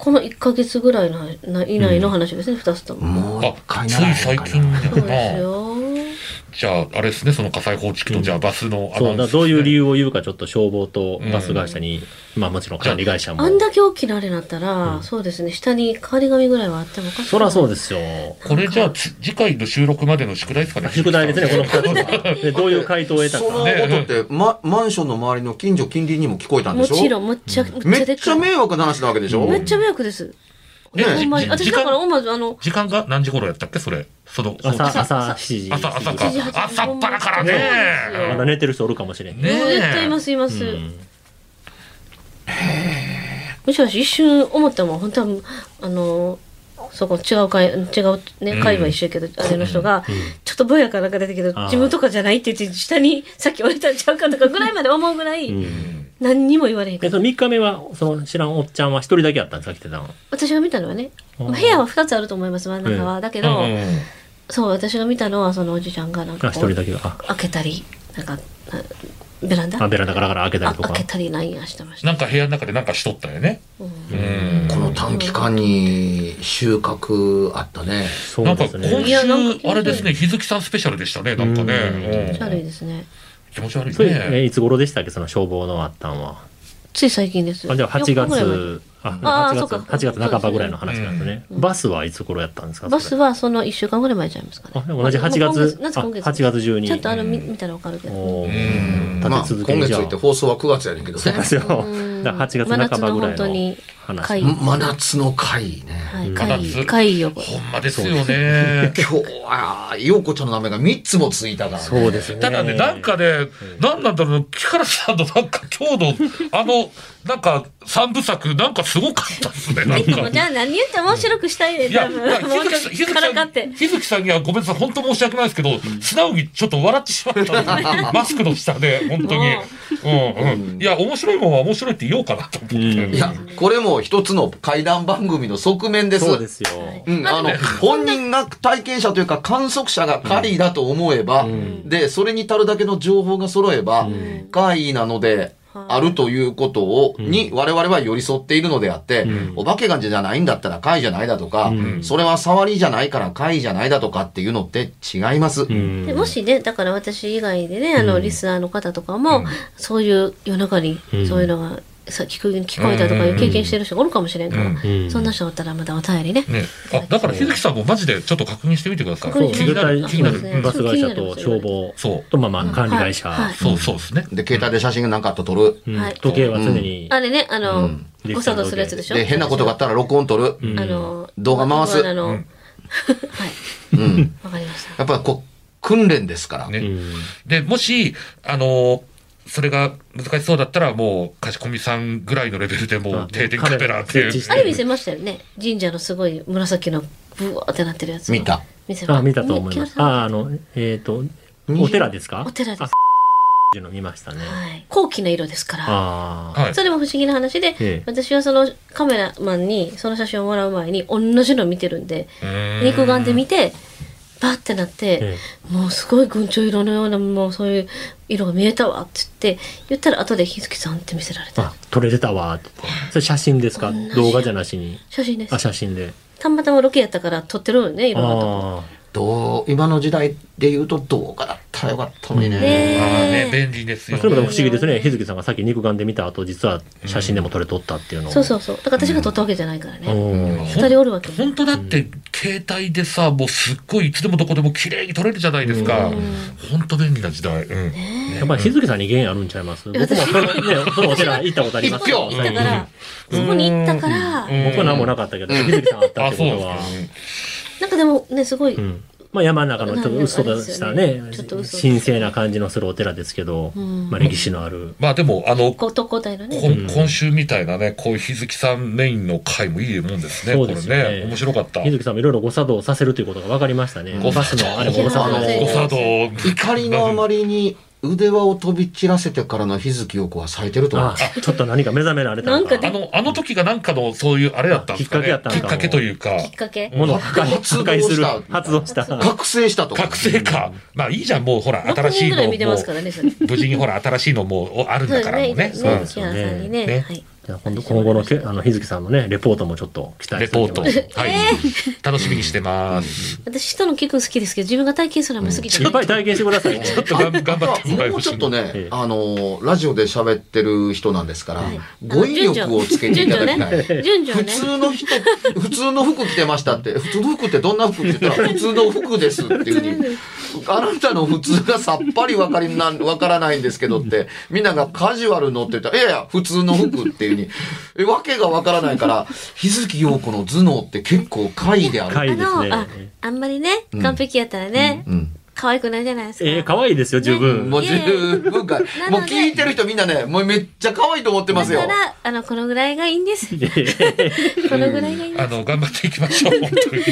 Speaker 4: この1ヶ月ぐらいの話な以内の話ですね、二2つとも、
Speaker 2: もう一
Speaker 1: あ、
Speaker 2: 回
Speaker 1: つ
Speaker 2: ならへ
Speaker 1: い
Speaker 2: んか
Speaker 1: 最
Speaker 2: な
Speaker 1: 近や
Speaker 4: そうです
Speaker 1: な。
Speaker 4: よ
Speaker 1: じゃあ、あれですね、その火災報知器と、じゃあバスのアナ
Speaker 3: そう、
Speaker 1: ウ
Speaker 3: だ
Speaker 1: ン
Speaker 3: から
Speaker 1: ス
Speaker 3: どういう理由を言うかちょっと消防とバス会社に、まあもちろん管理会社も
Speaker 4: あ。んだけ大きなあれなったら、そうですね下に変わり紙ぐらいはあってもおかしくない
Speaker 3: そらそうですよ。
Speaker 1: これじゃあ、つ次回の収録までの宿題ですかね。
Speaker 3: 宿題ですね、この2つは。 でどういう回答を得た
Speaker 2: その
Speaker 3: か。
Speaker 2: 音って、ま、マンションの周りの近所近隣にも聞こえたんで
Speaker 4: も
Speaker 2: しょ
Speaker 4: ちろん、むっちゃ、む
Speaker 2: め
Speaker 4: っ
Speaker 2: っ
Speaker 4: ちゃでっ
Speaker 2: ちゃ
Speaker 4: かい。
Speaker 2: 迷惑な話なわけでしょ
Speaker 4: めっちゃ迷惑です。
Speaker 1: え
Speaker 4: ほんまに。
Speaker 1: じ
Speaker 4: 私
Speaker 1: 時
Speaker 4: だから、
Speaker 1: 間、
Speaker 4: 思わず、あの、
Speaker 1: 時間が何時頃やったっけそれ。その、
Speaker 3: 朝、
Speaker 1: そう
Speaker 3: 朝7時。
Speaker 1: 朝、朝か
Speaker 4: 7時8。時
Speaker 1: 朝っぱらからね。
Speaker 3: まだ寝てる人おるかもしれん。
Speaker 1: ね
Speaker 4: もう絶対います、います。むしろ一瞬思ったもん、本当は、あの、そこ違う会、違うね、会は一緒やけど、あれの人が、ちょっとぼやかなんか出たけど、
Speaker 3: あー
Speaker 4: 自分とかじゃないって言って、下にさっき折れたんちゃうかとかぐらいまで思うぐらい、何にも言われへんか
Speaker 3: で、
Speaker 4: ら。
Speaker 3: その3日目は、その知らんおっちゃんは1人だけやったんですか、来てたの。
Speaker 4: 私が見たのはね、部屋は2つあると思います、真ん中は。だけ
Speaker 1: うん
Speaker 4: ど、
Speaker 1: うん
Speaker 4: そう、私が見たのは、そのおじちゃんがなん
Speaker 3: あ、
Speaker 4: か
Speaker 3: 1
Speaker 4: こう
Speaker 3: 人だけが。
Speaker 4: 開けたり、なんか、あベランダ
Speaker 3: あ、ベランダからから開けた
Speaker 4: あ
Speaker 3: りとか
Speaker 4: 開。けたりなんやしてました。
Speaker 1: なんか部屋の中でなんかしとったよね。うん。
Speaker 2: この短期間に収穫あったね。
Speaker 3: そ
Speaker 1: な
Speaker 3: うん
Speaker 1: か
Speaker 3: で
Speaker 1: 今
Speaker 3: す
Speaker 1: 週
Speaker 3: ね。
Speaker 4: やなんか、
Speaker 1: あれですね、日月さんスペシャルでしたね、なんかね。
Speaker 4: 気持ち悪いですね。
Speaker 1: うん気持ち悪い
Speaker 3: それ、え
Speaker 1: ね。
Speaker 3: いつ頃でしたっけ、その消防のあったんは。
Speaker 4: つい最近です。
Speaker 3: あじゃあ8
Speaker 4: 4日ぐらい前
Speaker 3: 月、あ
Speaker 4: あーそ
Speaker 3: 8
Speaker 4: うか
Speaker 3: 月、八月半ばぐらいの話なんですね。バスはいつ頃やったんですか
Speaker 4: バス
Speaker 3: は
Speaker 4: はその1週間ぐらい前ちゃいますかね。
Speaker 3: あでも同じ
Speaker 4: まあ
Speaker 3: 8
Speaker 4: もう今
Speaker 3: 月
Speaker 4: なんか今月
Speaker 3: あ8月中に
Speaker 4: ちゃんとあの、み見たらわかるけど。
Speaker 3: おー
Speaker 2: ま
Speaker 3: 立
Speaker 2: あ、
Speaker 3: て続け
Speaker 2: 今
Speaker 3: にじ
Speaker 2: 月
Speaker 3: ゃあ
Speaker 2: 行って放送は9月やねんけどね。
Speaker 3: ですよ。だから8月半ばぐらい
Speaker 4: 真夏の本当
Speaker 3: の
Speaker 4: に
Speaker 3: 話
Speaker 4: 会。
Speaker 2: 真夏の会ね。
Speaker 4: はい、
Speaker 1: 真
Speaker 4: 会
Speaker 1: 夏
Speaker 4: 議、会議をこれ
Speaker 1: ほんまですよね。
Speaker 2: 今日は、陽子ちゃんの名前が3つもついたから、ね。
Speaker 3: そうです ね。
Speaker 1: ただね、なんかね、なんなんだろう、木原さんのなんか今 日の、あの、なんか三部作、なんかすごかったですね、なん
Speaker 4: も
Speaker 1: か
Speaker 4: う。じゃあ何言って面白くしたいね、
Speaker 1: いや、
Speaker 4: 多
Speaker 1: い
Speaker 4: 分。
Speaker 1: や
Speaker 4: もう
Speaker 1: 日月さん、
Speaker 4: ちょっとからかって。
Speaker 1: 日月さんにはごめんなさい、本当申し訳ないですけど、素直にちょっと笑ってしまった んです。マスクの下で、本当に。うんうん。いや、面白いもんは面白いって言おうかなと思って。
Speaker 2: いや、これも一つの怪談番組の側面です。
Speaker 3: そうですよ。
Speaker 2: うん、あの、本人が体験者というか観測者がカリーだと思えば、で、それに足るだけの情報が揃えば、カリーなので、あるということを、に我々は寄り添っているのであって、お化けがんじゃないんだったら怪じゃないだとか、それは触りじゃないから怪じゃないだとかっていうのって違います。
Speaker 3: うん
Speaker 4: でもしね、だから私以外でね、あの、リスナーの方とかも、そういう夜中に、そういうのが、さ聞く聞こえたとかいう経験してる人がおるかもしれんから、
Speaker 3: うん
Speaker 4: そんな人おったらまたお便りね。
Speaker 1: ね、あだから、秀樹さんもマジでちょっと確認してみてください。
Speaker 4: 確認
Speaker 3: そう、
Speaker 4: し
Speaker 1: 気に
Speaker 3: 救
Speaker 1: なる、
Speaker 3: 急
Speaker 1: 気になる。
Speaker 4: ね
Speaker 3: バス会社と消防
Speaker 1: そう
Speaker 3: と、まあまあ、管理会社。
Speaker 4: はい
Speaker 1: そうそうですね。
Speaker 2: で、携帯で写真が何かあったら撮る。
Speaker 3: うん
Speaker 4: はい
Speaker 3: 時計は常に。
Speaker 4: あれね、あの、
Speaker 3: うん
Speaker 4: 誤作動するやつでしょ
Speaker 2: で、変なことがあったら録音撮る。
Speaker 3: うん
Speaker 4: あの、
Speaker 2: 動画回す
Speaker 4: 僕はあの、はい。
Speaker 2: うん。
Speaker 4: わかりました。
Speaker 2: やっぱりこう、訓練ですから。
Speaker 1: ね
Speaker 3: うん
Speaker 1: で、もし、あのそれが難しそうだったら、もう、貸し込みさんぐらいのレベルでもう
Speaker 3: あ、
Speaker 1: 停電カメラってい
Speaker 3: 設置し
Speaker 1: う。
Speaker 3: て
Speaker 4: あれ見せましたよね。神社のすごい紫のブワーってなってるやつ。
Speaker 2: 見た。
Speaker 4: 見せました。
Speaker 3: あ、見たと思いま
Speaker 4: ね木
Speaker 3: す。
Speaker 4: 原さん
Speaker 3: あ、あの、えっと、お寺ですか
Speaker 4: お寺です
Speaker 3: あっていうの見ましたね。
Speaker 4: はい。高貴な色ですから。
Speaker 3: ああ。
Speaker 1: はい。
Speaker 4: それも不思議な話で、
Speaker 3: ええ
Speaker 4: 私はそのカメラマンにその写真をもらう前に同じの見てるんで、
Speaker 1: うーん
Speaker 4: 肉眼で見て、バッてなって、
Speaker 3: え
Speaker 4: もうすごい群青色のようなもうそういう色が見えたわって言って言ったら後で日月さんって見せられた
Speaker 3: あ、撮れてたわーって。それ写真ですか動画じゃなしに。
Speaker 4: 写真です
Speaker 3: あ、写真で。
Speaker 4: たまたまロケやったから撮ってるよねいろんなとこ
Speaker 3: あ
Speaker 2: どう、今の時代で言うと動画だったらよかったのにね。
Speaker 1: あー
Speaker 4: ね
Speaker 1: ね、
Speaker 4: え
Speaker 1: 便利です
Speaker 3: あ。
Speaker 1: よ
Speaker 3: それもでも
Speaker 1: ね。
Speaker 3: 不思議ですね。日月さんがさっき肉眼で見た後、実は写真でも撮れとったっていうのを。
Speaker 4: そうそうそうだから私が撮ったわけじゃないからね
Speaker 3: うん。
Speaker 4: 二人おるわけ
Speaker 1: 本当だって、携帯でさ、もうすっごいいつでもどこでも綺麗に撮れるじゃないですか。本当便利な時代。うん。
Speaker 3: やっぱり日月さんに原因あるんちゃいます僕も
Speaker 4: 私
Speaker 3: そのね、そのお寺行ったことあります
Speaker 2: 一票
Speaker 4: 行ったからそこに行ったから
Speaker 1: うん
Speaker 3: 僕は何もなかったけど、日月さんあったっ
Speaker 1: あ、
Speaker 3: て
Speaker 1: そう
Speaker 3: こ
Speaker 1: で
Speaker 3: と
Speaker 1: すか
Speaker 3: は。。
Speaker 4: なんかでもねすごい、
Speaker 3: うんまあ山の中のちょっとうっそとし
Speaker 4: な
Speaker 3: たね
Speaker 4: んかあれですよねちょっとうっそ
Speaker 3: 神聖な感じのするお寺ですけど、まあ歴史のある、
Speaker 1: まあでも、あの、
Speaker 4: こう特攻隊の
Speaker 1: こ
Speaker 4: ね
Speaker 1: ん今週みたいなね、こういう日月さんメインの回もいいもんですね、
Speaker 3: そ
Speaker 1: こ
Speaker 3: うで
Speaker 1: れ
Speaker 3: すよね
Speaker 1: ね。面白かった。
Speaker 3: 水木さんもいろいろ誤作動させるということが分かりましたね
Speaker 1: 誤
Speaker 3: バ
Speaker 1: 作動
Speaker 3: スのあれも誤作動
Speaker 2: あの
Speaker 1: 誤作動。
Speaker 2: 怒りのあまりに腕輪を飛び散らせてからの日月陽子は咲いてると思う
Speaker 3: あ。ちょっと何か目覚められたの
Speaker 4: なんか
Speaker 1: あ
Speaker 4: で
Speaker 1: の、あの時がなんかの、そういうあれだったんですかね。
Speaker 3: きっかけやったんかも
Speaker 1: きっかけというか。
Speaker 4: きっかけ
Speaker 3: ものを破壊
Speaker 2: 発動
Speaker 3: 破壊する
Speaker 2: した
Speaker 3: 発動した
Speaker 2: 覚醒したと。
Speaker 1: 覚醒か。まあいいじゃん、もうほら、
Speaker 4: 6
Speaker 1: 新し
Speaker 4: 人
Speaker 1: い
Speaker 4: ぐら
Speaker 1: の
Speaker 4: い
Speaker 1: も
Speaker 4: 見てますから
Speaker 1: う。
Speaker 4: ねそれ
Speaker 1: 無事にほら、新しいのもあるん
Speaker 4: そう
Speaker 1: だ
Speaker 4: で
Speaker 1: か
Speaker 4: すね
Speaker 1: らも
Speaker 4: ね
Speaker 1: ね。
Speaker 4: ね
Speaker 3: す
Speaker 4: 木
Speaker 3: よね
Speaker 4: 原さんにね
Speaker 1: ね
Speaker 4: はい
Speaker 3: じゃあ今度今後のけあの日月さんのねレポートもちょっと期待
Speaker 1: レ
Speaker 3: して
Speaker 1: ポ
Speaker 3: お
Speaker 1: ート。
Speaker 3: き
Speaker 1: は
Speaker 3: ま
Speaker 1: い
Speaker 3: す。
Speaker 1: 楽しみにし てます。
Speaker 4: 私人の聞くの好きですけど自分が体験するのも好きじゃ
Speaker 3: い
Speaker 4: な
Speaker 3: っぱ
Speaker 4: い
Speaker 3: い体験してくださいちょっと
Speaker 1: 頑頑張ってもらい
Speaker 2: もうちょっとね、
Speaker 3: ええ
Speaker 2: あのラジオで喋ってる人なんですから、
Speaker 4: はい
Speaker 2: 語彙力をつけていただきたい。
Speaker 4: 順序
Speaker 2: 普
Speaker 4: ね
Speaker 2: 通の人、普通の服着てましたって、普通の服ってどんな服って言ったら、普通の服ですっていうふうに、あなたの普通がさっぱりわかりなん、わからないんですけどって、みんながカジュアルのって言ったら、いやいや、普通の服っていうふうに、え、わけがわからないから、日月陽子の頭脳って結構怪である。
Speaker 3: 回です
Speaker 4: あのあ
Speaker 3: ね
Speaker 4: あんまりね完璧やったらね
Speaker 2: うん。
Speaker 4: 可愛くないじゃないですか
Speaker 3: えー、可愛いですよ十分
Speaker 2: もう十分か
Speaker 4: なの。で
Speaker 2: もう聞いてる人みんなね、もうめっちゃ可愛いと思ってますよ
Speaker 4: だか。らあのこのぐらいがいいんですこのぐらいがいいんで
Speaker 1: あ
Speaker 4: す
Speaker 1: の、頑張っていきましょう、本当に。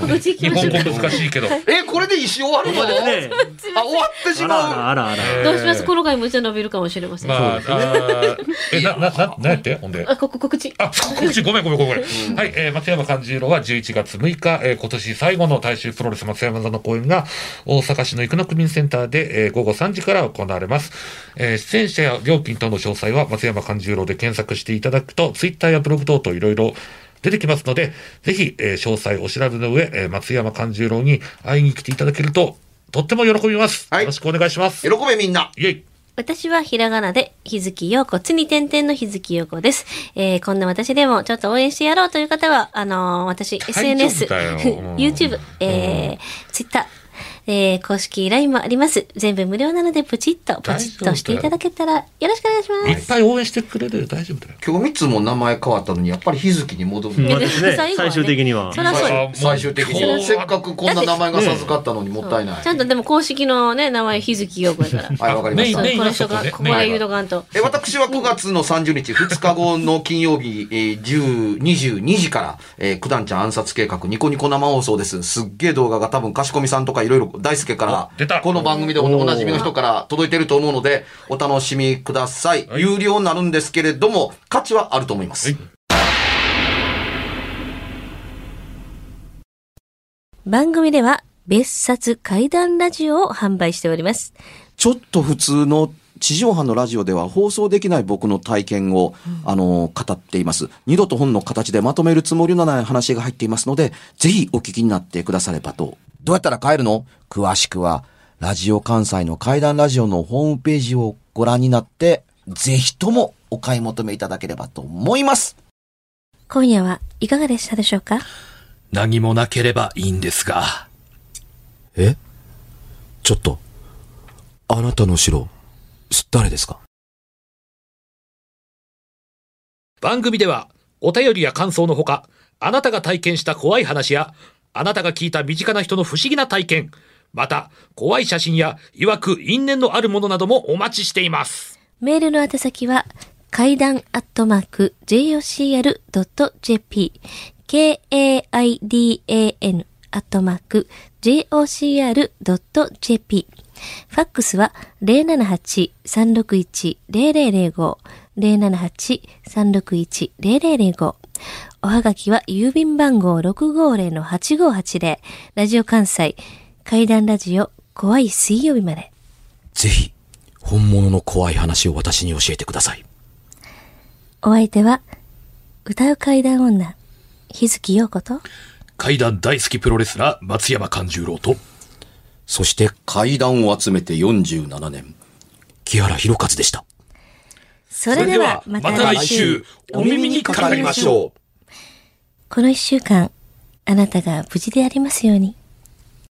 Speaker 4: 心地いき
Speaker 1: 日
Speaker 4: ましょ
Speaker 1: 本
Speaker 4: うか
Speaker 1: 語難しいけど。
Speaker 2: え、これで一生終わるのあ、
Speaker 3: ね
Speaker 2: 終わってし
Speaker 3: あらあ
Speaker 2: まう。
Speaker 3: らあらあら
Speaker 4: どうしますこの回もうちょっと伸びるかもしれません
Speaker 1: まあ、あーえ、な、な、な、なんやってほんで。
Speaker 4: あここ告知
Speaker 1: あ、告知、ごめんごめんごめんごめん。はい、えー松山勘十郎は11月6日、えー今年最後の大衆プロレス松山座の公演が、大阪市の生野区民センターで、えー午後3時から行われます。えー出演者や料金等の詳細は、松山勘十郎で検索していただくと、ツイッターやブログ等といろいろ出てきますので、ぜひ、えー詳細お調べの上、えー松山勘十郎に会いに来ていただけると、とっても喜びます。
Speaker 2: はい
Speaker 1: よろしくお願いします。
Speaker 2: 喜
Speaker 1: イ
Speaker 2: べみんな。
Speaker 1: ェイ。
Speaker 4: 私はひらがなで、日月陽子、つに点々の日月陽子です。えー、こんな私でもちょっと応援してやろうという方は、あのー私、
Speaker 1: 大丈夫
Speaker 4: SNS、
Speaker 1: だようん
Speaker 4: YouTube、えー、Twitter、えー、公式 LINE もあります。全部無料なので、プチッと、ポチッとしていただけたら、よろしくお願いし
Speaker 1: い
Speaker 4: ま
Speaker 1: っ
Speaker 4: す。
Speaker 1: ぱい応援してくれるよ。大丈夫だよ。
Speaker 2: 今日三つも名前変わったのに、やっぱり日月に戻る。
Speaker 3: まあですね
Speaker 4: 最後はね
Speaker 3: 最終的には
Speaker 4: そらそうよ
Speaker 1: あーもう
Speaker 2: 最終的
Speaker 1: 今日
Speaker 2: に。
Speaker 1: は
Speaker 2: せっかくこんな名前が授かったのにもったいない
Speaker 4: ち。ゃんとでも公式のね、名前、日月陽子やから。
Speaker 2: はい、わかりまし
Speaker 4: そ
Speaker 2: た
Speaker 4: う。
Speaker 1: メイン
Speaker 4: こ
Speaker 1: は
Speaker 4: の
Speaker 1: そ
Speaker 4: 人
Speaker 1: こね
Speaker 4: が、ここは言うとかんと。
Speaker 2: え私は9月の30日、2日後の金曜日、えー、10 22時から、えー、九段ちゃん暗殺計画、ニコニコ生放送です。すっげえ動画が多分、かしこみさんとかいろいろ大輔か
Speaker 1: お出た
Speaker 2: ら、この番組でおおなじみの人から届いてると思うので、お楽しみください。有料になるんですけれども、価値はあると思います。
Speaker 4: 番組では、別冊怪談ラジオを販売しております。
Speaker 2: ちょっと普通の地上波のラジオでは放送できない僕の体験を、あの、語っています。二度と本の形でまとめるつもりのない話が入っていますので、ぜひお聞きになってくださればと。どうやったら帰るの詳しくは、ラジオ関西の怪談ラジオのホームページをご覧になって、ぜひとも
Speaker 6: お買い求めいただければと思います。
Speaker 7: 今夜はいかがでしたでしょうか
Speaker 1: 何もなければいいんですが。
Speaker 8: えちょっと、あなたの後ろ、す誰ですか
Speaker 1: 番組では、お便りや感想のほか、あなたが体験した怖い話や、あなたが聞いた身近な人の不思議な体験、また、怖い写真や、いわく因縁のあるものなどもお待ちしています。
Speaker 7: メールの宛先は、階段アットマーク、jocr.jp、k-a-i-d-a-n アットマーク、jocr.jp。ファックスは、078-361-0005、078-361-0005。おはがきは、郵便番号650-8580、ラジオ関西、階段ラジオ、怖い水曜日まで。
Speaker 8: ぜひ、本物の怖い話を私に教えてください。
Speaker 7: お相手は、歌う階段女、日月陽子と、
Speaker 1: 階段大好きプロレスラー、松山勘十郎と、
Speaker 8: そして、
Speaker 9: 階段を集めて47年。
Speaker 8: 木原博一でした。
Speaker 7: それではまた来週、
Speaker 1: お耳にかかりましょう。
Speaker 7: この一週間、あなたが無事でありますように。